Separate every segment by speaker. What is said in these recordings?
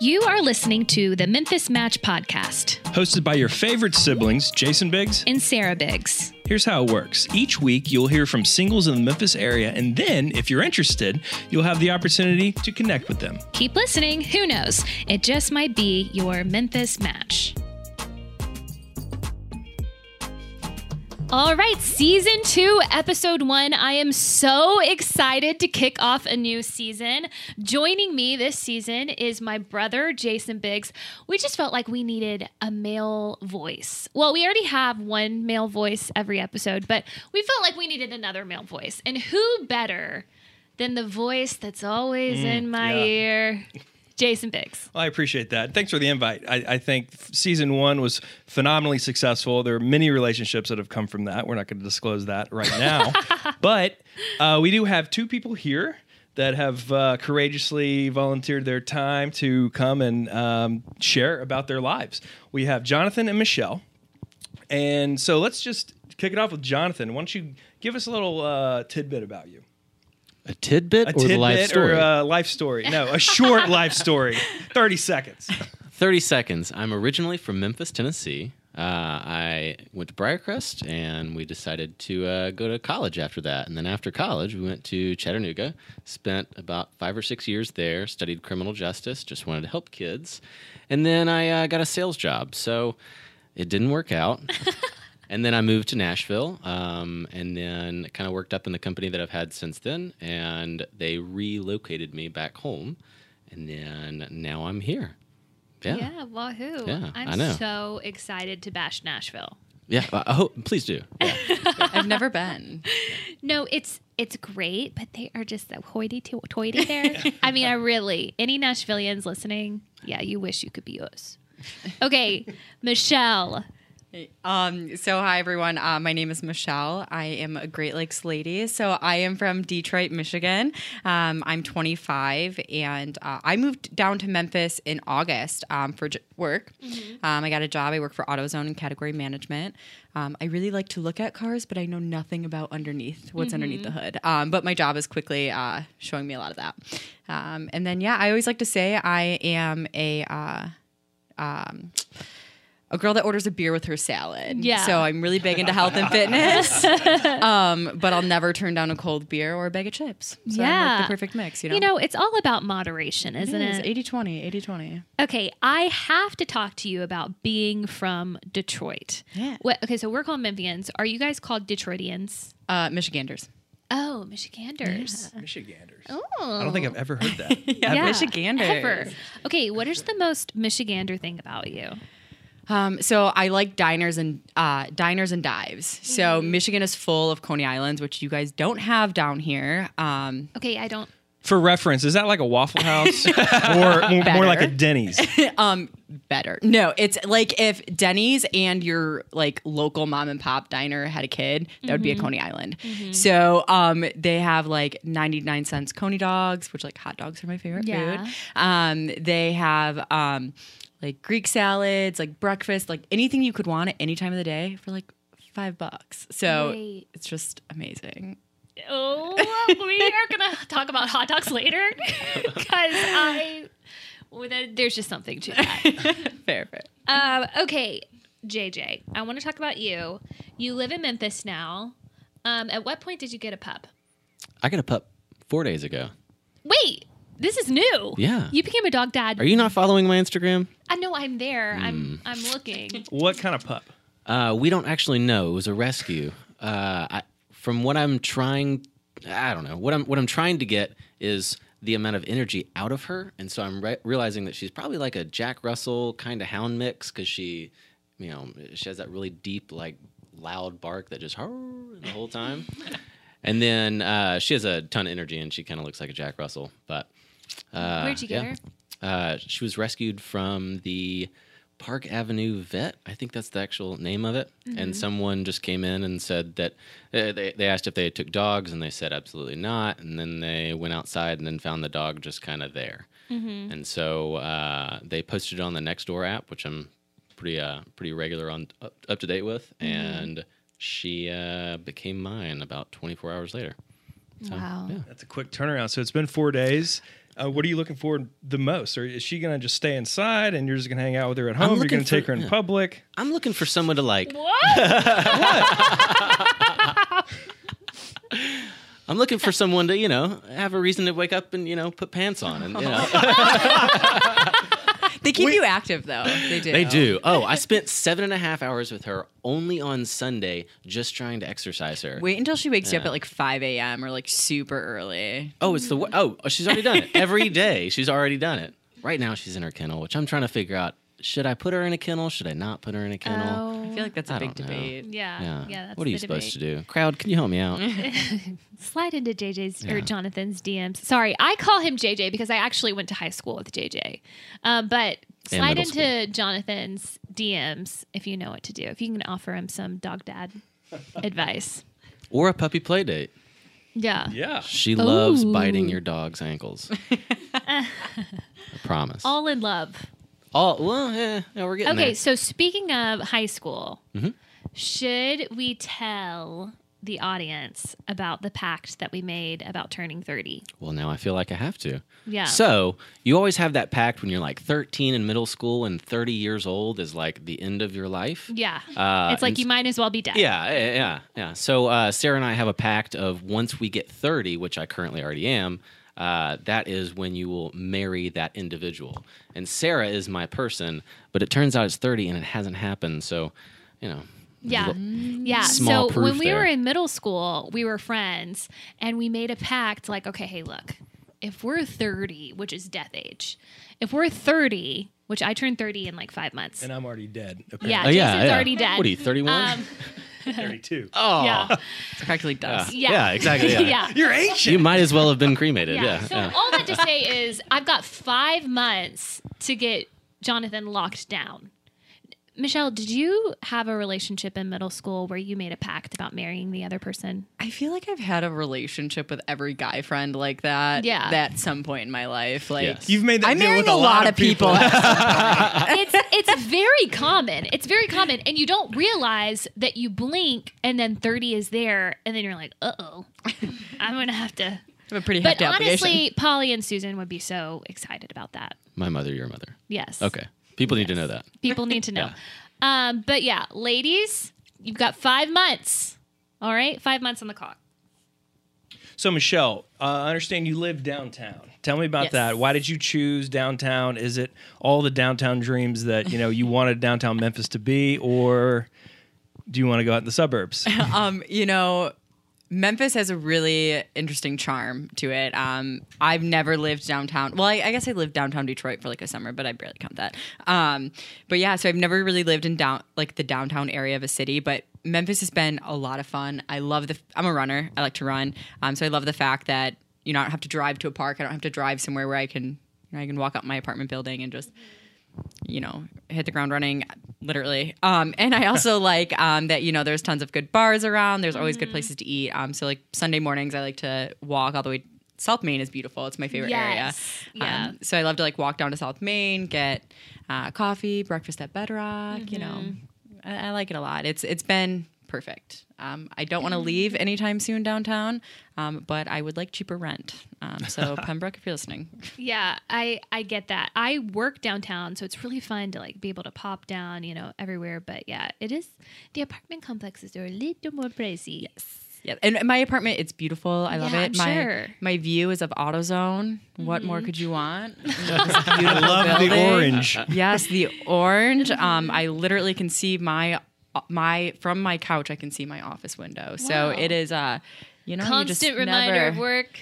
Speaker 1: You are listening to the Memphis Match Podcast
Speaker 2: hosted by your favorite siblings, Jason Biggs.
Speaker 1: and Sarah Biggs.
Speaker 2: Here's how it works. Each week, you'll hear from singles in the Memphis area, and then, if you're interested, you'll have the opportunity to connect with them.
Speaker 1: Keep listening. Who knows? It just might be your Memphis match. All right, season two, episode one. I am so excited to kick off a new season. Joining me this season is my brother, Jason Biggs. We just felt like we needed a male voice. Well, we already have one male voice every episode, but we felt like we needed another male voice. And who better than the voice that's always in my
Speaker 2: yeah.
Speaker 1: ear, Jason Biggs?
Speaker 2: Well, I appreciate that. Thanks for the invite. I, I think f- season one was phenomenally successful. There are many relationships that have come from that. We're not going to disclose that right now. but uh, we do have two people here that have uh, courageously volunteered their time to come and um, share about their lives. We have Jonathan and Michelle. And so let's just kick it off with Jonathan. Why don't you give us a little uh, tidbit about you?
Speaker 3: A tidbit
Speaker 2: A
Speaker 3: or
Speaker 2: tidbit
Speaker 3: the life story?
Speaker 2: or uh, a life story? No, a short life story. 30 seconds.
Speaker 3: 30 seconds. I'm originally from Memphis, Tennessee. Uh, I went to Briarcrest and we decided to uh, go to college after that. And then after college, we went to Chattanooga, spent about five or six years there, studied criminal justice, just wanted to help kids. And then I uh, got a sales job. So it didn't work out. and then I moved to Nashville, um, and then kind of worked up in the company that I've had since then. And they relocated me back home, and then now I'm here. Yeah, yeah.
Speaker 1: wahoo.
Speaker 3: Yeah,
Speaker 1: I'm
Speaker 3: I know.
Speaker 1: so excited to bash Nashville.
Speaker 3: I I hope, please do. Yeah.
Speaker 4: I've never been.
Speaker 1: No, it's it's great, but they are just so hoity-toity there. I mean, I really any Nashvillians listening, yeah, you wish you could be us. Okay, Michelle.
Speaker 4: Um, so, hi everyone. Uh, my name is Michelle. I am a Great Lakes lady. So, I am from Detroit, Michigan. Um, I'm 25, and uh, I moved down to Memphis in August um, for j- work. Um, I got a job. I work for AutoZone in category management. Um, I really like to look at cars, but I know nothing about underneath what's underneath the hood. Um, but my job is quickly uh, showing me a lot of that. Um, and then, yeah, I always like to say I am a. Uh, a girl that orders a beer with her salad.
Speaker 1: Yeah.
Speaker 4: So I'm really big into health and fitness. um, but I'll never turn down a cold beer or a bag of chips. So I'm like
Speaker 1: Yeah.
Speaker 4: the perfect mix, you know?
Speaker 1: You know, it's all about moderation, isn't
Speaker 4: it is
Speaker 1: it?
Speaker 4: 80 20, 80 20.
Speaker 1: Okay, I have to talk to you about being from Detroit.
Speaker 4: Yeah.
Speaker 1: What, okay, so we're called Memphians. Are you guys called Detroitians?
Speaker 4: Uh, Michiganders.
Speaker 1: Oh, Michiganders.
Speaker 2: Michiganders.
Speaker 1: Oh.
Speaker 2: I don't think I've ever heard that.
Speaker 4: Yeah,
Speaker 1: Ever. Okay, what is the most Michigander thing about you?
Speaker 4: Um, so I like diners and uh, diners and dives. So Michigan is full of Coney Islands, which you guys don't have down here. Um,
Speaker 1: Okay, I don't.
Speaker 2: For reference, is that like a Waffle House or more, more like a Denny's?
Speaker 4: um, better. No, it's like if Denny's and your like local mom and pop diner had a kid, that would be a Coney Island. So um, they have like 99 cents Coney dogs, which like hot dogs are my favorite
Speaker 1: Yeah.
Speaker 4: food. Um, they have um, like Greek salads, like breakfast, like anything you could want at any time of the day for like five bucks. So
Speaker 1: Wait.
Speaker 4: it's just amazing.
Speaker 1: Oh, we are gonna talk about hot dogs later because I. well, there- There's just something to that.
Speaker 4: Fair, fair.
Speaker 1: Um, okay, JJ, I want to talk about you. You live in Memphis now. Um, at what point did you get a pup?
Speaker 3: I got a pup four days ago.
Speaker 1: Wait, this is new.
Speaker 3: Yeah.
Speaker 1: you became a dog dad.
Speaker 3: Are you Hmm. not following my Instagram?
Speaker 1: I know I'm there. I'm I'm looking.
Speaker 2: What kind of pup?
Speaker 3: Uh, we don't actually know. It was a rescue. Uh, I, from what I'm trying, I don't know what I'm what I'm trying to get is the amount of energy out of her, and so I'm re- realizing that she's probably like a Jack Russell kind of hound mix because she, you know, she has that really deep like loud bark that just "Arr" the whole time, and then uh, she has a ton of energy and she kind of looks like a Jack Russell, but. Uh,
Speaker 1: Where'd you get
Speaker 3: yeah.
Speaker 1: her?
Speaker 3: Uh, she was rescued from the Park Avenue Vet. I think that's the actual name of it. And someone just came in and said that uh, they, they asked if they took dogs, and they said absolutely not. And then they went outside and then found the dog just kind of there. And so uh, they posted it on the Nextdoor app, which I'm pretty uh, pretty regular on up, up to date with. And she uh, became mine about 24 hours later.
Speaker 1: Wow.
Speaker 3: yeah.
Speaker 2: That's a quick turnaround. So it's been four days. Uh, what are you looking for the most? Or is she going to just stay inside and you're just going to hang out with her at home? You're
Speaker 3: looking
Speaker 2: going to take
Speaker 3: for-
Speaker 2: her in
Speaker 3: yeah.
Speaker 2: public?
Speaker 3: I'm looking for someone to like.
Speaker 1: What?
Speaker 3: I'm looking for someone to you know have a reason to wake up and you know put pants on and you know.
Speaker 1: Oh,
Speaker 4: They keep you active though. They do.
Speaker 3: They do. Oh, I spent seven and a half hours with her only on Sunday, just trying to exercise her.
Speaker 4: Wait until she wakes you up at like 5 a.m. or like super early.
Speaker 3: Oh, it's the wo- oh, she's already done it every day. She's already done it. Right now, she's in her kennel, which I'm trying to figure out. Should I put her in a kennel? Should I not put her in a kennel?
Speaker 4: I feel like that's a
Speaker 3: I
Speaker 4: big
Speaker 3: don't know.
Speaker 4: debate.
Speaker 1: yeah, Oh, yeah. that's
Speaker 3: what are you
Speaker 1: the
Speaker 3: supposed
Speaker 1: debate.
Speaker 3: to do? Crowd, can you help me out?
Speaker 1: Slide into JJ's or Jonathan's DMs. Sorry, I call him JJ because I actually went to high school with JJ. Uh, but
Speaker 3: And
Speaker 1: slide
Speaker 3: middle
Speaker 1: into Jonathan's DMs if you know what to do. If you can offer him some dog dad advice.
Speaker 3: or a puppy play date?
Speaker 1: Yeah.
Speaker 2: Yeah.
Speaker 3: She loves
Speaker 1: Ooh.
Speaker 3: biting your dog's ankles. I promise. All,
Speaker 1: All in love.
Speaker 3: well, yeah, yeah, we're getting
Speaker 1: Okay,
Speaker 3: there. Mm-hmm.
Speaker 1: so speaking of high school, should we tell the audience about the pact that we made about turning 30?
Speaker 3: Well, now I feel like I have to.
Speaker 1: Yeah.
Speaker 3: So you always have that pact when you're like 13 in middle school and 30 years old is like the end of your life.
Speaker 1: Yeah.
Speaker 3: Uh,
Speaker 1: it's like
Speaker 3: and
Speaker 1: you might as well be dead.
Speaker 3: Yeah, yeah, yeah, yeah. So uh, Sarah and I have a pact of once we get 30, which I currently already am, uh, that is when you will marry that individual. And Sarah is my person, but it turns out it's 30 and it hasn't happened. So, you know.
Speaker 1: Yeah. Mm. Yeah.
Speaker 3: Small
Speaker 1: so
Speaker 3: proof
Speaker 1: when we
Speaker 3: there.
Speaker 1: were in middle school, we were friends and we made a pact like, okay, hey, look, if we're 30, which is death age, if we're 30, which I turned 30 in like five months.
Speaker 2: And I'm already dead. Apparently.
Speaker 1: yeah,
Speaker 3: Oh,
Speaker 1: Jason's
Speaker 3: yeah, yeah.
Speaker 1: already dead.
Speaker 3: What are you, 31?
Speaker 1: Um,
Speaker 2: 32.
Speaker 3: Oh.
Speaker 1: yeah.
Speaker 4: It's practically dust.
Speaker 1: Yeah.
Speaker 3: Yeah, exactly, yeah.
Speaker 1: yeah.
Speaker 2: You're ancient.
Speaker 3: You might as well have been cremated.
Speaker 1: Yeah.
Speaker 3: Yeah.
Speaker 1: so
Speaker 3: yeah.
Speaker 1: all that to say is I've got five months to get Jonathan locked down. Michelle, did you have a relationship in middle school where you made a pact about marrying the other person?
Speaker 4: I feel like I've had a relationship with every guy friend like that.
Speaker 1: Yeah.
Speaker 4: At some point in my life. Like
Speaker 3: Yes.
Speaker 2: You've made that
Speaker 4: I'm
Speaker 2: deal
Speaker 4: marrying
Speaker 2: with a, lot, of people.
Speaker 1: It's it's very common. It's very common, and you don't realize that you blink, and then thirty is there, and then you're like, uh oh, I'm gonna have to.
Speaker 4: I have a pretty
Speaker 1: But
Speaker 4: hefty obligation.
Speaker 1: honestly, Polly and Susan would be so excited about that.
Speaker 3: My mother, your mother.
Speaker 1: Yes.
Speaker 3: Okay. People need to know that.
Speaker 1: People need to know. Um, but yeah, ladies, you've got five months. All right, five months on the clock.
Speaker 2: So, Michelle, uh, I understand you live downtown. Tell me about
Speaker 4: Yes.
Speaker 2: that. Why did you choose downtown? Is it all the downtown dreams that you know you wanted downtown Memphis to be, or do you want to go out in the suburbs?
Speaker 4: um, you know, Memphis has a really interesting charm to it. Um, I've never lived downtown. Well, I, I guess I lived downtown Detroit for like a summer, but I barely count that. Um, but yeah, so I've never really lived in down like the downtown area of a city, but Memphis has been a lot of fun. I love the. I'm a runner. I like to run. Um, so I love the fact that you know I don't have to drive to a park. I don't have to drive somewhere where I can. You know, I can walk up my apartment building and just you know, hit the ground running, literally. Um, and I also like um, that you know there's tons of good bars around. There's always
Speaker 1: Mm-hmm.
Speaker 4: good places to eat. Um, so like Sunday mornings, I like to walk all the way. South Main is beautiful. It's my favorite
Speaker 1: Yes.
Speaker 4: area.
Speaker 1: Yeah.
Speaker 4: Um, so I love to like walk down to South Main, get uh, coffee, breakfast at Bedrock. You know,
Speaker 1: Mm-hmm.
Speaker 4: I, I like it a lot. It's it's been perfect. Um, I don't want to leave anytime soon downtown, um, but I would like cheaper rent. Um, so Pembroke, if you're listening,
Speaker 1: Yeah, I I get that. I work downtown, so it's really fun to like be able to pop down, you know, everywhere. But yeah, it is the apartment complexes are a little more pricey.
Speaker 4: Yeah, and my apartment, it's beautiful. I love
Speaker 1: Yeah,
Speaker 4: it.
Speaker 1: I'm
Speaker 4: my
Speaker 1: sure. Mm-hmm.
Speaker 4: my view is of AutoZone. What more could you want?
Speaker 2: I love the
Speaker 4: building.
Speaker 2: orange.
Speaker 4: yes, the orange.
Speaker 1: Mm-hmm.
Speaker 4: Um, I literally can see my uh, my from my couch. I can see my office window. So
Speaker 1: Wow.
Speaker 4: it is uh, you know, you just
Speaker 1: Constant reminder
Speaker 4: never-
Speaker 1: of work.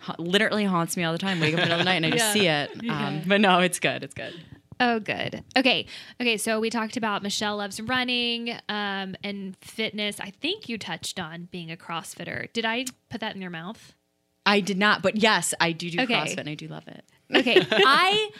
Speaker 4: ha- literally haunts me all the time. Wake up in the middle of the night and I just
Speaker 1: Yeah.
Speaker 4: see it. Um, But no, it's good. It's good.
Speaker 1: Oh, good. Okay, okay. So we talked about Michelle loves running um, and fitness. I think you touched on being a CrossFitter. Did I put that in your mouth?
Speaker 4: I did not, but yes, I do do
Speaker 1: Okay.
Speaker 4: CrossFit and I do love it.
Speaker 1: Okay, I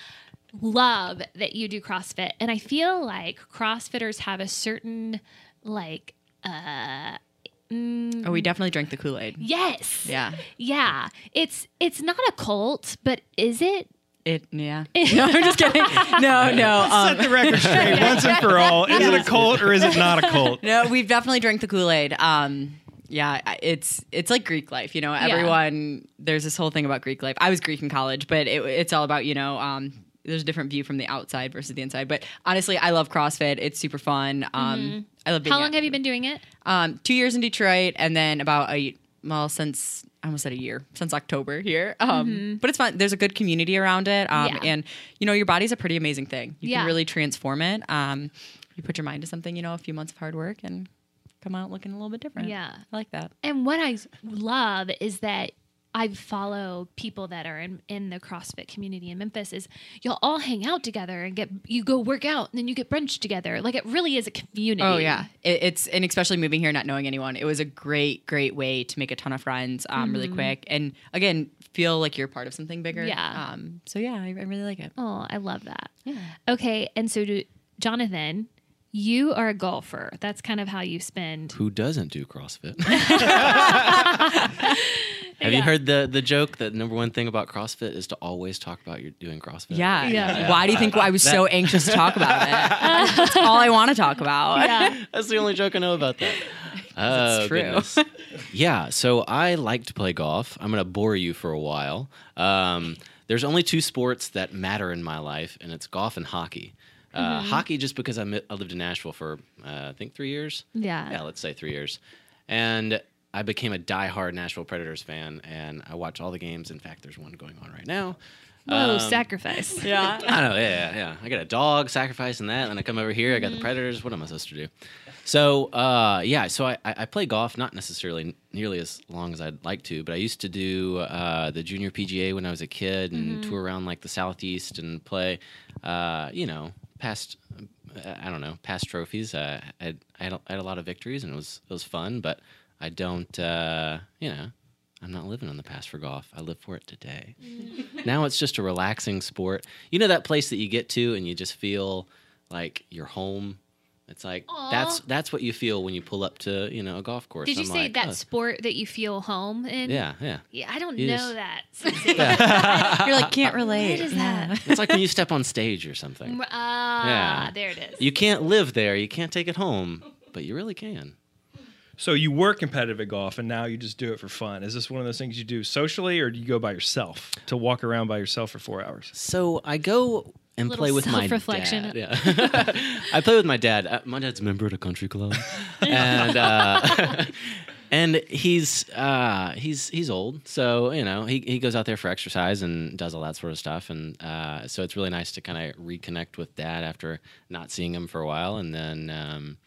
Speaker 1: love that you do CrossFit, and I feel like CrossFitters have a certain like Mm-hmm.
Speaker 4: Oh, we definitely drank the Kool Aid.
Speaker 1: yes,
Speaker 4: Yeah.
Speaker 1: yeah. It's it's not a cult, but is it?
Speaker 4: It. Yeah. No, I'm just kidding. No, no. Um,
Speaker 2: Set the record straight once and for all. Is it a cult or is it not a cult?
Speaker 4: No, we've definitely drank the Kool Aid. Um, yeah, I- it's it's like Greek life, you know.
Speaker 1: Yeah.
Speaker 4: Everyone there's this whole thing about Greek life. I was Greek in college, but it, it's all about you know. Um, there's a different view from the outside versus the inside. But honestly, I love CrossFit. It's super fun. Um, I love.
Speaker 1: Mm-hmm.
Speaker 4: Being
Speaker 1: How long have you been doing it?
Speaker 4: Um, two years in Detroit, and then about a well since I almost said a year since October here. Um, but it's fun. There's a good community around it, um,
Speaker 1: Mm-hmm. Yeah.
Speaker 4: and you know your body's a pretty amazing thing. You
Speaker 1: Yeah.
Speaker 4: can really transform it. Um, you put your mind to something, you know, a few months of hard work and come out looking a little bit different.
Speaker 1: Yeah.
Speaker 4: I like that.
Speaker 1: And what I love is that I follow people that are in, in the CrossFit community in Memphis is you'll all hang out together and get you go work out and then you get brunch together. Like it really is a community.
Speaker 4: Oh yeah, it, it's and especially moving here, not knowing anyone, it was a great, great way to make a ton of friends um, really
Speaker 1: Mm-hmm.
Speaker 4: quick, and again, feel like you're part of something bigger.
Speaker 1: Yeah.
Speaker 4: Um, so yeah, I, I really like it.
Speaker 1: Oh, I love that. Okay, and so do, Jonathan, you are a golfer. That's kind of how you spend.
Speaker 3: Who doesn't do CrossFit? Have you heard the the joke that number one thing about CrossFit is to always talk about you're doing CrossFit?
Speaker 4: Yeah.
Speaker 1: Yeah.
Speaker 4: Why do you think I was so anxious to talk about it? That's all I want to talk about.
Speaker 1: Yeah.
Speaker 3: That's the only joke I know about that.
Speaker 4: It's true.
Speaker 3: Oh, goodness. yeah, so I like to play golf. I'm going to bore you for a while. Um, there's only two sports that matter in my life, and it's golf and hockey. Uh,
Speaker 4: Mm-hmm.
Speaker 3: Hockey, just because I, mi- I lived in Nashville for, uh, I think, three years.
Speaker 1: Yeah.
Speaker 3: Yeah, let's say three years. And I became a diehard Nashville Predators fan, and I watch all the games. In fact, there's one going on right now.
Speaker 1: Whoa, sacrifice.
Speaker 4: Yeah.
Speaker 3: I don't know. um, Yeah, yeah, yeah. I got a dog sacrificing that, and then I come over here. I got the predators. What am I supposed to do? So, uh, yeah. So I, I I play golf, not necessarily nearly as long as I'd like to, but I used to do uh, the junior PGA when I was a kid and tour around like the southeast and play. Uh, you know, past uh, I don't know past trophies. Uh, I I had, a- I had a lot of victories, and it was it was fun. But I don't. Uh, you know. I'm not living on the past for golf. I live for it today now it's just a relaxing sport. You know that place that you get to and you just feel like you're home. It's like
Speaker 1: Aw.
Speaker 3: that's that's what you feel when you pull up to you know a golf course.
Speaker 1: Did you
Speaker 3: I'm
Speaker 1: say
Speaker 3: like,
Speaker 1: that
Speaker 3: oh,
Speaker 1: sport that you feel home in?
Speaker 3: yeah, yeah.
Speaker 1: Yeah, I don't
Speaker 3: You
Speaker 1: know
Speaker 3: just-
Speaker 1: that.
Speaker 4: You're like, can't relate.
Speaker 1: What is that?
Speaker 3: It's like when you step on stage or something.
Speaker 1: Ah, there it is.
Speaker 3: You can't live there. You can't take it home, but you really can.
Speaker 2: So you were competitive at golf, and now you just do it for fun. Is this one of those things you do socially, or do you go by yourself to walk around by yourself for four hours?
Speaker 3: So I go and
Speaker 1: Little
Speaker 3: play with my
Speaker 1: self-reflection.
Speaker 3: dad. Yeah. I play with my dad. Uh, my dad's a member at a country club, and uh, and he's uh, he's he's old, so you know he he goes out there for exercise and does all that sort of stuff, and uh, so it's really nice to kind of reconnect with dad after not seeing him for a while, and then. Um,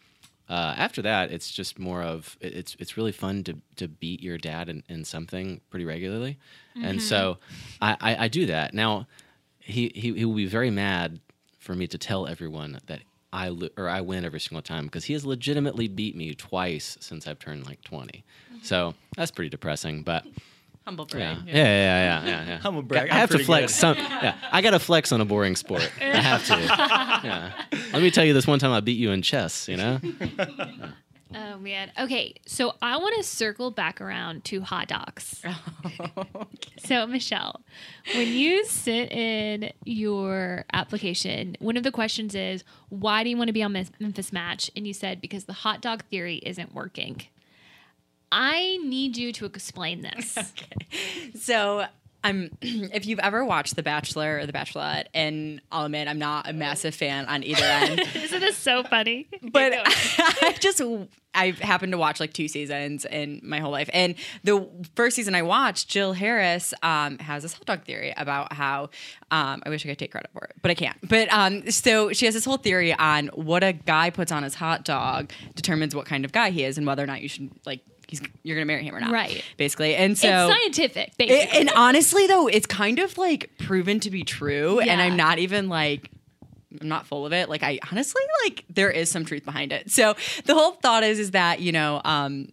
Speaker 3: uh, after that, it's just more of it- it's it's really fun to to beat your dad in, in something pretty regularly,
Speaker 1: Mm-hmm.
Speaker 3: and so I, I I do that now. He, he he will be very mad for me to tell everyone that I lo- or I win every single time because he has legitimately beat me twice since I've turned like 20 So that's pretty depressing, but
Speaker 4: Humble
Speaker 3: yeah,
Speaker 4: brag.
Speaker 3: yeah, yeah, yeah, yeah. yeah.
Speaker 2: Humble brag,
Speaker 3: I have
Speaker 2: I'm
Speaker 3: to
Speaker 2: pretty
Speaker 3: flex
Speaker 2: good.
Speaker 3: some. Yeah, I got to flex on a boring sport. I have to. Yeah. Let me tell you, this one time I beat you in chess. You know.
Speaker 1: Oh man. Okay, so I want to circle back around to hot dogs. So Michelle, when you sit in your application, one of the questions is, "Why do you want to be on Mem- Memphis Match?" And you said because the hot dog theory isn't working. I need you to explain this.
Speaker 4: So I'm if you've ever watched The Bachelor or The Bachelorette, and I'll admit I'm not a massive fan on either end.
Speaker 1: Isn't this so funny?
Speaker 4: but I just I happened to watch like two seasons in my whole life, and the first season I watched, Jill Harris um, has this hot dog theory about how um, I wish I could take credit for it, but I can't. But um, so she has this whole theory on what a guy puts on his hot dog determines what kind of guy he is, and whether or not you should like he's you're gonna marry him or not,
Speaker 1: Right.
Speaker 4: Basically, and so
Speaker 1: it's scientific, basically.
Speaker 4: it- and honestly, though, it's kind of like proven to be true, and
Speaker 1: Yeah.
Speaker 4: I'm not even like. I'm not full of it. Like I honestly like there is some truth behind it. So the whole thought is is that, you know, um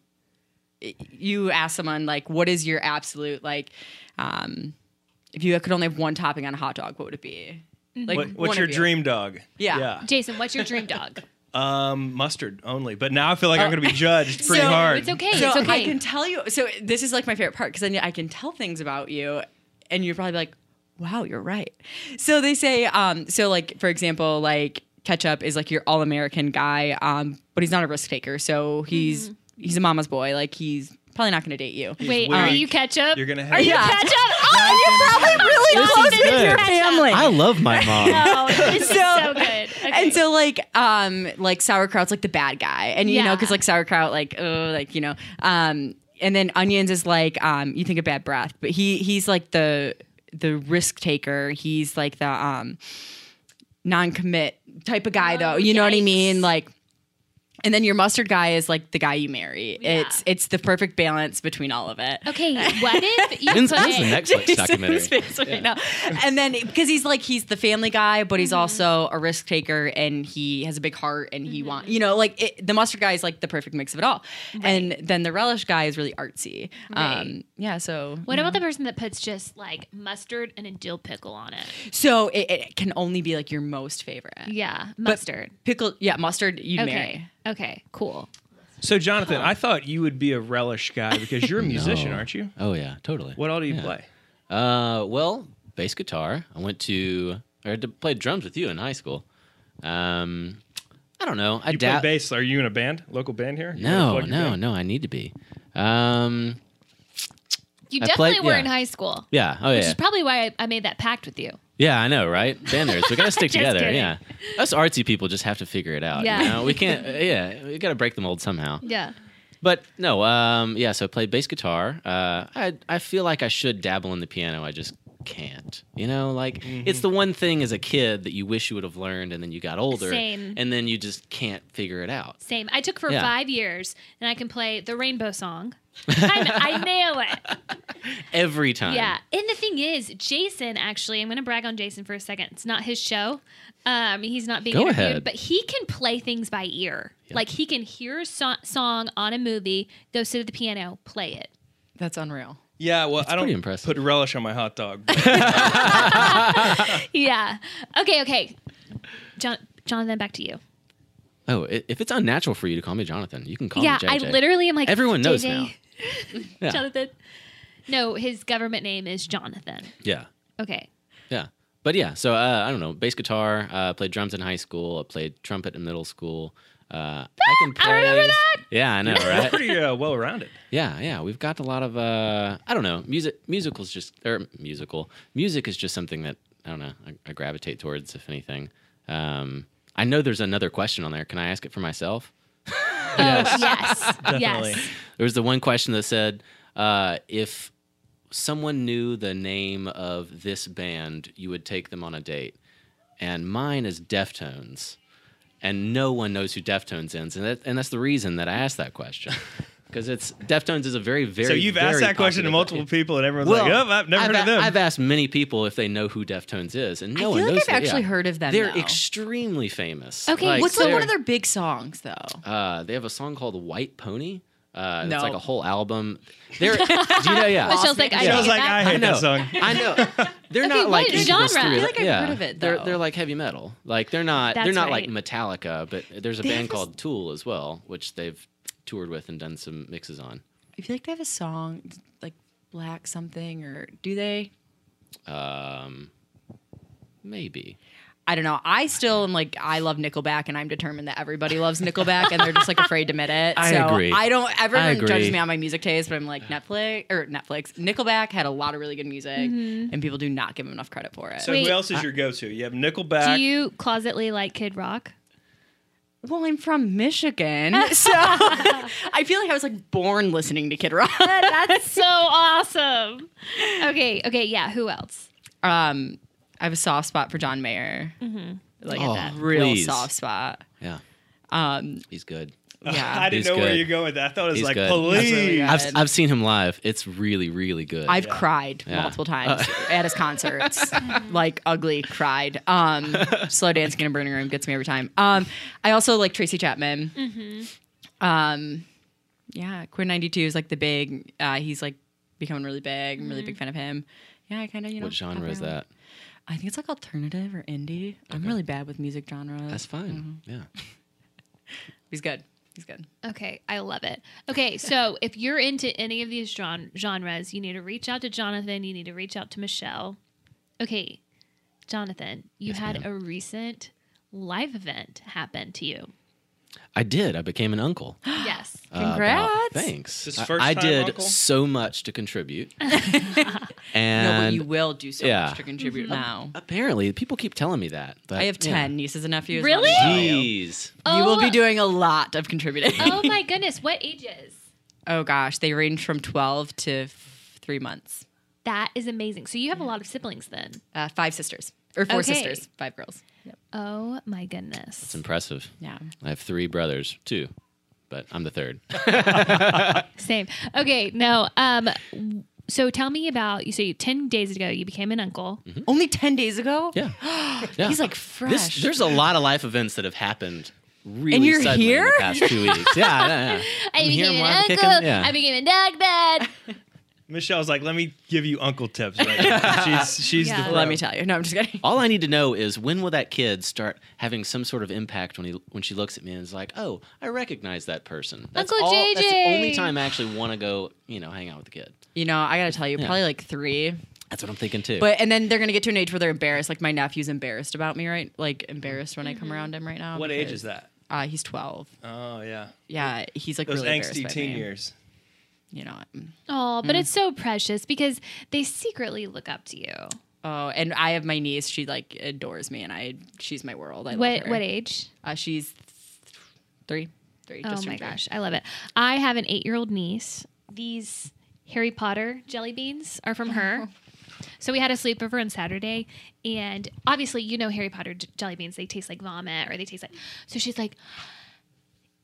Speaker 4: i- you ask someone like what is your absolute like um if you could only have one topping on a hot dog, what would it be? Like
Speaker 2: What,
Speaker 4: one
Speaker 2: what's your
Speaker 4: of you.
Speaker 2: dream dog?
Speaker 4: Yeah.
Speaker 1: Jason, what's your dream dog?
Speaker 2: Um, mustard only. But now I feel like I'm going to be judged pretty
Speaker 4: So,
Speaker 2: hard.
Speaker 1: Oh. It's okay.
Speaker 4: so
Speaker 1: it's okay.
Speaker 4: I can tell you. So this is like my favorite part because then I can tell things about you, and you're probably like, "Wow, you're right." So they say, um, so like for example, like ketchup is like your all American guy, um, but he's not a risk taker, so he's he's a mama's boy. Like he's probably not going to date you.
Speaker 2: He's
Speaker 1: Wait,
Speaker 2: weak.
Speaker 1: are you ketchup?
Speaker 2: You're gonna have.
Speaker 1: Are you
Speaker 4: Yeah.
Speaker 1: ketchup? Oh,
Speaker 4: You're probably really
Speaker 1: This
Speaker 4: close
Speaker 1: is
Speaker 4: with
Speaker 3: good.
Speaker 4: your family.
Speaker 3: I love my mom.
Speaker 1: no, Oh, this is
Speaker 4: So-
Speaker 1: so good. Okay.
Speaker 4: And so like um like sauerkraut's like the bad guy. And you know
Speaker 1: Yeah.
Speaker 4: cuz like sauerkraut like oh like you know um and then onions is like um you think of bad breath, but he he's like the the risk taker. He's like the um non-commit type of guy though. You know what I
Speaker 1: Oh, yikes.
Speaker 4: mean? Like and then your mustard guy is like the guy you marry.
Speaker 1: Yeah.
Speaker 4: It's it's the perfect balance between all of it.
Speaker 1: okay, what if you
Speaker 3: This
Speaker 1: put
Speaker 3: this is the Netflix
Speaker 4: Jason's
Speaker 3: documentary.
Speaker 4: face right now. And then because he's like he's the family guy, but he's also a risk taker and he has a big heart and he wants you know like it, the mustard guy is like the perfect mix of it all. And then the relish guy is really artsy.
Speaker 1: Right.
Speaker 4: Um, yeah. So
Speaker 1: What about the person that puts just like mustard and a dill pickle on it?
Speaker 4: so it, it can only be like your most favorite
Speaker 1: Yeah, mustard.
Speaker 4: pickle. Yeah, mustard. You would marry.
Speaker 1: okay. Okay. Cool.
Speaker 2: So Jonathan,
Speaker 1: Oh.
Speaker 2: I thought you would be a relish guy because you're a musician,
Speaker 3: No.
Speaker 2: aren't you?
Speaker 3: Oh yeah, totally.
Speaker 2: What all do you
Speaker 3: Yeah.
Speaker 2: play?
Speaker 3: Uh, well, bass guitar. I went to or to play drums with you in high school. Um, I don't know. I
Speaker 2: You
Speaker 3: dab-
Speaker 2: play bass. Are you in a band? Local band here? You wanna
Speaker 3: No,
Speaker 2: plug your
Speaker 3: no,
Speaker 2: band?
Speaker 3: no. I need to be. Um,
Speaker 1: You
Speaker 3: I
Speaker 1: definitely
Speaker 3: played-
Speaker 1: were
Speaker 3: yeah.
Speaker 1: in high school,
Speaker 3: yeah. Oh
Speaker 1: which
Speaker 3: yeah.
Speaker 1: is probably why I, I made that pact with you.
Speaker 3: Yeah, I know, right? Banners. We gotta stick
Speaker 1: Just
Speaker 3: together.
Speaker 1: kidding.
Speaker 3: Yeah. Us artsy people just have to figure it out.
Speaker 1: Yeah.
Speaker 3: You know? We can't. uh, yeah. We gotta break the mold somehow.
Speaker 1: Yeah.
Speaker 3: But no, um, yeah. So I played bass guitar. Uh, I I feel like I should dabble in the piano. I just can't. You know, like
Speaker 1: Mm-hmm.
Speaker 3: it's the one thing as a kid that you wish you would have learned, and then you got older,
Speaker 1: Same.
Speaker 3: and then you just can't figure it out.
Speaker 1: Same. I took for
Speaker 3: Yeah.
Speaker 1: five years, and I can play the rainbow song. I, I nail it.
Speaker 3: Every time.
Speaker 1: Yeah. And the thing is, Jason actually, I'm going to brag on Jason for a second. It's not his show. Um, he's not being
Speaker 3: Go
Speaker 1: interviewed,
Speaker 3: ahead.
Speaker 1: but he can play things by ear. Like he can hear a so- song on a movie, go sit at the piano, play it.
Speaker 4: That's unreal.
Speaker 2: Yeah, well, I don't
Speaker 3: pretty impressive.
Speaker 2: put relish on my hot dog. but-
Speaker 1: Yeah. Okay. Okay. John, Jonathan, back to you.
Speaker 3: Oh, i- if it's unnatural for you to call me Jonathan, you can call
Speaker 1: yeah,
Speaker 3: me JJ.
Speaker 1: I literally am like
Speaker 3: Everyone knows
Speaker 1: JJ.
Speaker 3: now. Yeah.
Speaker 1: Jonathan. No, his government name is Jonathan.
Speaker 3: Yeah.
Speaker 1: Okay.
Speaker 3: Yeah. But yeah, so uh, I don't know, bass guitar, uh, played drums in high school, I played trumpet in middle school. Uh, I can play.
Speaker 1: remember that!
Speaker 3: Yeah, I know,
Speaker 2: We're
Speaker 3: right?
Speaker 2: pretty uh, well rounded.
Speaker 3: yeah, yeah, we've got a lot of uh, I don't know, music. Musicals just or musical music is just something that I don't know. I, I gravitate towards, if anything. Um, I know there's another question on there. Can I ask it for myself?
Speaker 1: Yes. Oh, yes.
Speaker 2: Definitely.
Speaker 1: Yes.
Speaker 3: There was the one question that said, uh, if someone knew the name of this band, you would take them on a date. And mine is Deftones. And no one knows who Deftones is. And, that, and that's the reason that I asked that question. Because it's Deftones is a very, very
Speaker 2: So you've asked
Speaker 3: very
Speaker 2: that question to
Speaker 3: popular
Speaker 2: multiple
Speaker 3: band.
Speaker 2: people, and everyone's
Speaker 3: Well,
Speaker 2: like, "Oh, I've never heard
Speaker 3: a-
Speaker 2: of them."
Speaker 3: I've asked many people if they know who Deftones is, and no
Speaker 4: I
Speaker 3: one
Speaker 4: feel
Speaker 3: knows.
Speaker 4: like I've
Speaker 3: that, yeah.
Speaker 4: actually heard of them.
Speaker 3: They're
Speaker 4: though.
Speaker 3: extremely famous.
Speaker 1: Okay,
Speaker 4: What's like one
Speaker 3: they're-
Speaker 4: of their big songs though?
Speaker 3: uh, they have a song called White Pony. Uh, It's like
Speaker 4: No.
Speaker 3: a whole album. They're, do you know? Yeah.
Speaker 1: Michelle's like, I
Speaker 2: I
Speaker 1: don't
Speaker 2: was
Speaker 1: get
Speaker 2: like,
Speaker 1: that.
Speaker 2: I hate
Speaker 3: know.
Speaker 2: that song.
Speaker 3: I know. They're
Speaker 1: Okay,
Speaker 3: not
Speaker 1: what
Speaker 3: like
Speaker 1: is
Speaker 3: Incubus
Speaker 1: genre?
Speaker 3: three,
Speaker 1: I feel
Speaker 4: like I've
Speaker 3: yeah.
Speaker 4: heard of it,
Speaker 3: They're
Speaker 4: though.
Speaker 3: they're like heavy metal. Like they're not they're
Speaker 1: That's
Speaker 3: not like
Speaker 1: right.
Speaker 3: Metallica, but there's a
Speaker 4: They
Speaker 3: band
Speaker 4: have a
Speaker 3: called Tool as well, which they've toured with and done some mixes on.
Speaker 4: I feel like they have a song like Black something or do they?
Speaker 3: Um, maybe.
Speaker 4: I don't know. I still am like I love Nickelback, and I'm determined that everybody loves Nickelback, and they're just like afraid to admit it.
Speaker 3: I
Speaker 4: so
Speaker 3: agree.
Speaker 4: I don't. Everyone
Speaker 3: I agree.
Speaker 4: judges me on my music taste, but I'm like Netflix or Netflix. Nickelback had a lot of really good music, and people do not give them enough credit for it.
Speaker 2: So
Speaker 1: Wait.
Speaker 2: who else is your go-to? You have Nickelback.
Speaker 1: Do you closetly like Kid Rock?
Speaker 4: well, I'm from Michigan, so I feel like I was like born listening to Kid Rock.
Speaker 1: That's so awesome. Okay. Okay. Yeah. Who else?
Speaker 4: Um, I have a soft spot for John Mayer, like
Speaker 3: Oh,
Speaker 4: a real
Speaker 3: please.
Speaker 4: soft spot.
Speaker 3: Yeah.
Speaker 4: Um,
Speaker 3: He's good.
Speaker 4: yeah.
Speaker 2: I didn't
Speaker 3: He's
Speaker 2: know where
Speaker 3: good.
Speaker 2: you go with that. I thought it was
Speaker 3: He's
Speaker 2: like,
Speaker 3: good.
Speaker 2: "Please."
Speaker 4: Absolutely, yeah.
Speaker 3: I've
Speaker 4: Good.
Speaker 3: I've seen him live. It's really really good.
Speaker 4: I've cried
Speaker 3: Yeah. Uh,
Speaker 4: multiple times at his concerts, like ugly cried. Um, slow dancing in a burning room gets me every time. Um, I also like Tracy Chapman.
Speaker 1: Mm-hmm.
Speaker 4: Um, yeah, Quinn ninety two is like the big. Uh, he's like becoming really big. I'm really
Speaker 1: Mm-hmm.
Speaker 4: big fan of him. Yeah, I kind of you know.
Speaker 3: what genre
Speaker 4: pop
Speaker 3: is
Speaker 4: around.
Speaker 3: that?
Speaker 4: I think it's like alternative or indie. I'm really bad with music genres.
Speaker 3: That's fine.
Speaker 4: Mm-hmm.
Speaker 3: Yeah.
Speaker 4: he's good. He's good.
Speaker 1: Okay. I love it. Okay. So if you're into any of these gen- genres, you need to reach out to Jonathan. You need to reach out to Michelle. Okay. Jonathan, you had a recent live event happen to you.
Speaker 3: I did. I became an uncle. uh,
Speaker 1: Yes.
Speaker 3: about-
Speaker 4: Congrats.
Speaker 3: thanks.
Speaker 2: This
Speaker 3: I-
Speaker 2: first
Speaker 3: I,
Speaker 2: time
Speaker 3: did
Speaker 2: uncle?
Speaker 3: so much to contribute.
Speaker 4: no, but
Speaker 3: and
Speaker 4: you will do so
Speaker 3: yeah.
Speaker 4: much to contribute
Speaker 1: Mm-hmm.
Speaker 4: now.
Speaker 3: apparently, people keep telling me that. but,
Speaker 4: I have
Speaker 3: yeah.
Speaker 4: 10 nieces and nephews.
Speaker 1: Really?
Speaker 4: Let me tell You
Speaker 3: Jeez.
Speaker 1: Oh.
Speaker 4: You will be doing a lot of contributing.
Speaker 1: Oh my goodness, what ages?
Speaker 4: oh gosh, they range from 12 to f- three months.
Speaker 1: That is amazing. So you have a lot of siblings then.
Speaker 4: Uh, five sisters, or four
Speaker 1: Okay.
Speaker 4: sisters, five girls.
Speaker 1: Oh my goodness.
Speaker 3: It's impressive.
Speaker 4: Yeah.
Speaker 2: Hmm.
Speaker 3: I have three brothers, two, but I'm the third.
Speaker 1: Same. Okay, no. Um so tell me about you say 10 days ago you became an uncle.
Speaker 4: Only 10 days ago?
Speaker 3: Yeah.
Speaker 4: He's like
Speaker 3: This-
Speaker 4: fresh.
Speaker 3: there's a lot of life events that have happened really
Speaker 4: you're
Speaker 3: suddenly in
Speaker 4: here?
Speaker 3: the past two weeks. Yeah, yeah, yeah.
Speaker 1: I
Speaker 3: I'm here,
Speaker 1: became
Speaker 3: I'm
Speaker 1: an
Speaker 3: kicking.
Speaker 1: uncle.
Speaker 3: Yeah.
Speaker 1: I became a dog dad.
Speaker 2: Michelle's like, let me give you uncle tips. Right now. she's she's
Speaker 1: Yeah.
Speaker 2: the
Speaker 4: Let
Speaker 2: pro.
Speaker 4: me tell you. No, I'm just kidding.
Speaker 3: All I need to know is when will that kid start having some sort of impact when he when she looks at me and is like, "Oh, I recognize that person." That's
Speaker 1: Uncle
Speaker 3: all. That's the
Speaker 1: JJ.
Speaker 3: only time I actually want to go, you know, hang out with the kid.
Speaker 4: You know, I got to tell you,
Speaker 3: Yeah.
Speaker 4: probably like three.
Speaker 3: That's what I'm thinking too.
Speaker 4: But and then they're gonna get to an age where they're embarrassed. Like my nephew's embarrassed about me, right? Like embarrassed when I come around him right now.
Speaker 2: What age
Speaker 4: because,
Speaker 2: is that?
Speaker 4: Uh, he's twelve.
Speaker 2: Oh yeah,
Speaker 4: Yeah, he's like
Speaker 2: those
Speaker 4: really
Speaker 2: angsty
Speaker 4: embarrassed by
Speaker 2: teen
Speaker 4: me.
Speaker 2: years.
Speaker 4: You know. um, I'm-
Speaker 1: Oh,
Speaker 4: Mm.
Speaker 1: but it's so precious because they secretly look up to you.
Speaker 4: Oh, and I have my niece. She like adores me, and I she's my world. I love
Speaker 1: What
Speaker 4: her.
Speaker 1: what age?
Speaker 4: Uh, she's th- three, three.
Speaker 1: Oh
Speaker 4: just
Speaker 1: my
Speaker 4: turned three.
Speaker 1: gosh, I love it. I have an eight year old niece. These Harry Potter jelly beans are from her. So we had a sleepover on Saturday, and obviously, you know Harry Potter j- jelly beans. They taste like vomit, or they taste like. So she's like,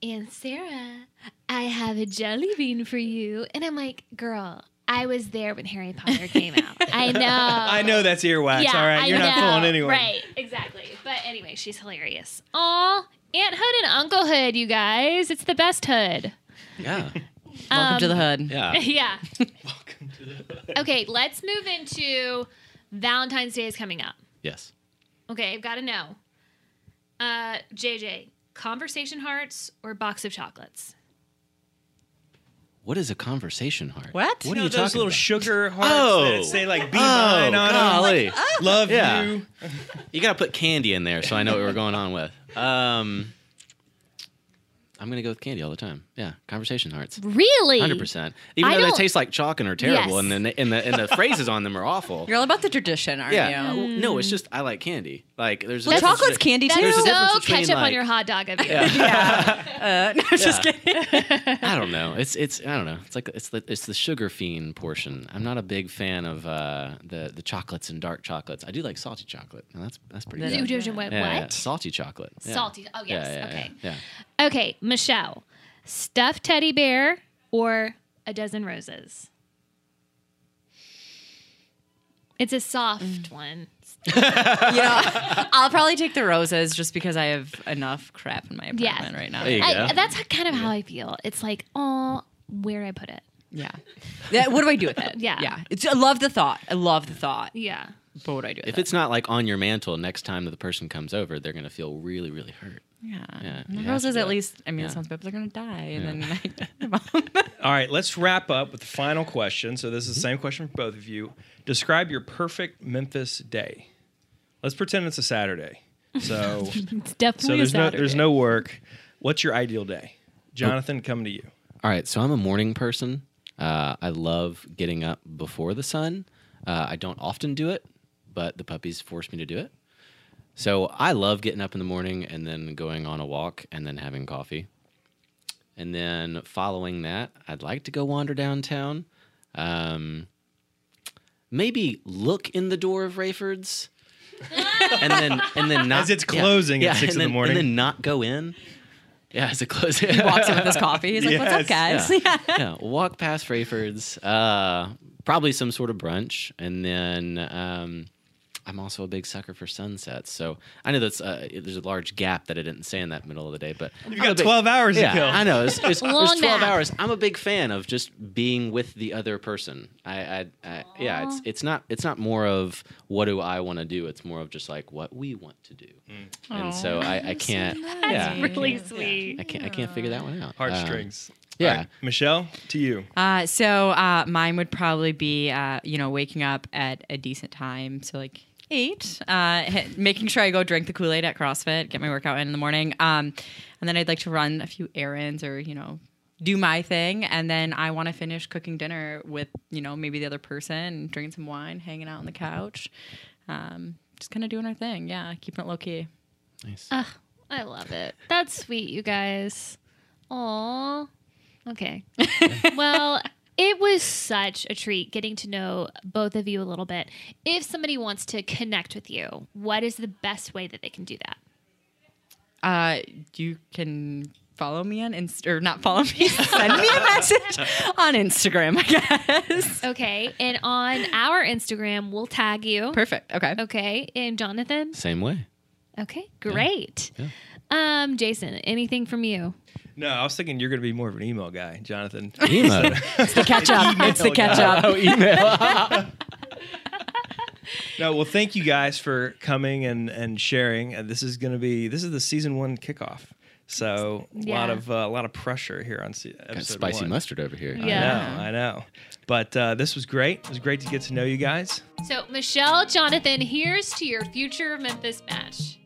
Speaker 1: "Aunt Sarah, I have a jelly bean for you," and I'm like, "Girl, I was there when Harry Potter came out. I know.
Speaker 3: Uh,
Speaker 2: I know that's earwax. all right,
Speaker 1: I
Speaker 2: you're not
Speaker 1: know.
Speaker 2: fooling anyone.
Speaker 1: Right, exactly. But anyway, she's hilarious. Aw, Aunt Hood and Uncle Hood, you guys. It's the best hood.
Speaker 3: yeah,
Speaker 4: Welcome
Speaker 1: Um,
Speaker 4: to the hood.
Speaker 3: yeah.
Speaker 1: yeah. Okay, let's move into Valentine's Day is coming up.
Speaker 3: yes.
Speaker 1: Okay, I've got to know. Uh, JJ, conversation hearts or box of chocolates?
Speaker 3: What is a conversation heart?
Speaker 4: What?
Speaker 3: What
Speaker 2: You
Speaker 3: are
Speaker 2: know
Speaker 3: you
Speaker 2: those
Speaker 3: talking
Speaker 2: little
Speaker 3: about?
Speaker 2: sugar hearts
Speaker 3: Oh.
Speaker 2: that say like "Be
Speaker 3: oh,
Speaker 2: mine" on 'em?
Speaker 3: golly.
Speaker 1: uh.
Speaker 2: Love
Speaker 3: Yeah.
Speaker 2: you.
Speaker 3: You gotta put candy in there so I know what we're going on with. Um, I'm gonna go with candy all the time. Yeah, conversation hearts.
Speaker 1: Really?
Speaker 3: Hundred percent. Even
Speaker 1: I
Speaker 3: though
Speaker 1: don't-
Speaker 3: they taste like chalk and are terrible,
Speaker 1: Yes.
Speaker 3: and the and the and the phrases on them are awful.
Speaker 4: You're all about the tradition, aren't
Speaker 3: yeah.
Speaker 4: you?
Speaker 3: Well, no, it's just I like candy. Like there's a
Speaker 4: Well,
Speaker 3: difference
Speaker 4: chocolate's
Speaker 3: between-
Speaker 4: candy too.
Speaker 1: That's
Speaker 3: There's a difference
Speaker 1: so
Speaker 3: between,
Speaker 1: ketchup on
Speaker 3: like-
Speaker 1: your hot dog of you.
Speaker 4: yeah. Uh, no, I'm just
Speaker 3: Yeah.
Speaker 4: kidding.
Speaker 3: I don't know. It's it's I don't know. It's like it's the it's the sugar fiend portion. I'm not a big fan of uh, the the chocolates and dark chocolates. I do like salty chocolate. Now that's that's pretty
Speaker 4: Then
Speaker 1: You
Speaker 3: good.
Speaker 1: just went,
Speaker 3: Yeah, yeah,
Speaker 1: what?
Speaker 3: salty chocolate. Yeah.
Speaker 1: Salty. Oh, yes.
Speaker 3: Yeah, yeah,
Speaker 1: okay.
Speaker 3: Yeah.
Speaker 1: Okay, Michelle, stuffed teddy bear or a dozen roses? It's a soft one.
Speaker 4: You know, I'll probably take the roses just because I have enough crap in my
Speaker 1: Yes.
Speaker 4: apartment right now.
Speaker 3: There you
Speaker 1: I,
Speaker 3: go.
Speaker 1: that's how- kind of how I feel. It's like, oh, where I put it.
Speaker 4: Yeah. That, what do I do with it?
Speaker 1: Yeah.
Speaker 4: Yeah. It's, I love the thought. I love the thought.
Speaker 1: Yeah.
Speaker 4: But what do I do with
Speaker 3: If
Speaker 4: it?
Speaker 3: it's not like on your mantle, next time that the person comes over, they're gonna feel really really hurt.
Speaker 4: Yeah.
Speaker 3: yeah,
Speaker 4: And
Speaker 3: it
Speaker 4: the
Speaker 3: has to
Speaker 4: roses,
Speaker 3: be
Speaker 4: at
Speaker 3: like-
Speaker 4: least, I mean, it
Speaker 3: yeah.
Speaker 4: sounds bad, but they're going to die. And then,
Speaker 2: All right, let's wrap up with the final question. So this is the same question for both of you. Describe your perfect Memphis day. Let's pretend it's a Saturday. So
Speaker 1: It's definitely
Speaker 2: so there's no there's no work. What's your ideal day? Jonathan, come to you.
Speaker 3: All right, so I'm a morning person. Uh, I love getting up before the sun. Uh, I don't often do it, but the puppies force me to do it. So I love getting up in the morning and then going on a walk and then having coffee. And then following that, I'd like to go wander downtown. Um, maybe look in the door of Rayford's. and then and then not
Speaker 2: As it's
Speaker 3: yeah,
Speaker 2: closing at
Speaker 3: yeah,
Speaker 2: six
Speaker 3: and
Speaker 2: in the
Speaker 3: then-
Speaker 2: morning.
Speaker 3: And then not go in. Yeah, as it closes.
Speaker 4: walks in with his coffee. He's like, what's up,
Speaker 3: Yes.
Speaker 4: guys? Yeah.
Speaker 3: yeah, walk past Rayford's, uh, probably some sort of brunch, and then um, I'm also a big sucker for sunsets. So I know that's uh, there's a large gap that I didn't say in that middle of the day, but
Speaker 2: You got 12 hours
Speaker 3: yeah,
Speaker 2: to kill.
Speaker 3: I know. It's, it's, there's
Speaker 1: Long
Speaker 3: 12
Speaker 1: nap.
Speaker 3: hours. I'm a big fan of just being with the other person. I, I, I yeah, it's it's not it's not more of what do I want to do. It's more of just like what we want to do.
Speaker 2: Mm.
Speaker 3: And so I, I can't. yeah,
Speaker 1: Really sweet.
Speaker 3: I can't. I can't figure that one out. Um,
Speaker 2: Heartstrings.
Speaker 3: yeah.
Speaker 2: All right, Michelle, to you.
Speaker 4: Uh, so uh, mine would probably be, uh, you know, waking up at a decent time. So, like, eight, uh, h- making sure I go drink the Kool Aid at CrossFit, get my workout in in the morning, um, and then I'd like to run a few errands or you know do my thing, and then I want to finish cooking dinner with you know maybe the other person, drinking some wine, hanging out on the couch, um, just kind of doing our thing. Yeah, keeping it low key.
Speaker 3: Nice.
Speaker 1: I love it. That's sweet, you guys. Aw. Okay. well, it was such a treat getting to know both of you a little bit. If somebody wants to connect with you, what is the best way that they can do that?
Speaker 4: Uh, you can follow me on Inst or not follow me, send me a message on Instagram, I guess.
Speaker 1: Okay. And on our Instagram, we'll tag you.
Speaker 4: Perfect. Okay.
Speaker 1: Okay. And Jonathan?
Speaker 3: Same way.
Speaker 1: Okay. Great. Um, Jason, anything from you?
Speaker 2: No, I was thinking you're going to be more of an email guy, Jonathan.
Speaker 3: Emo.
Speaker 4: It's the catch up. It's the catch up.
Speaker 3: oh, email.
Speaker 2: No, well, thank you guys for coming and and sharing. And this is going to be this is the season one kickoff, so a lot
Speaker 1: Yeah.
Speaker 2: of uh, a lot of pressure here on se- episode
Speaker 3: Got spicy
Speaker 2: one.
Speaker 3: mustard over here.
Speaker 1: Yeah.
Speaker 2: I know, I know. But uh, this was great. It was great to get to know you guys.
Speaker 1: So, Michelle, Jonathan, here's to your future Memphis match.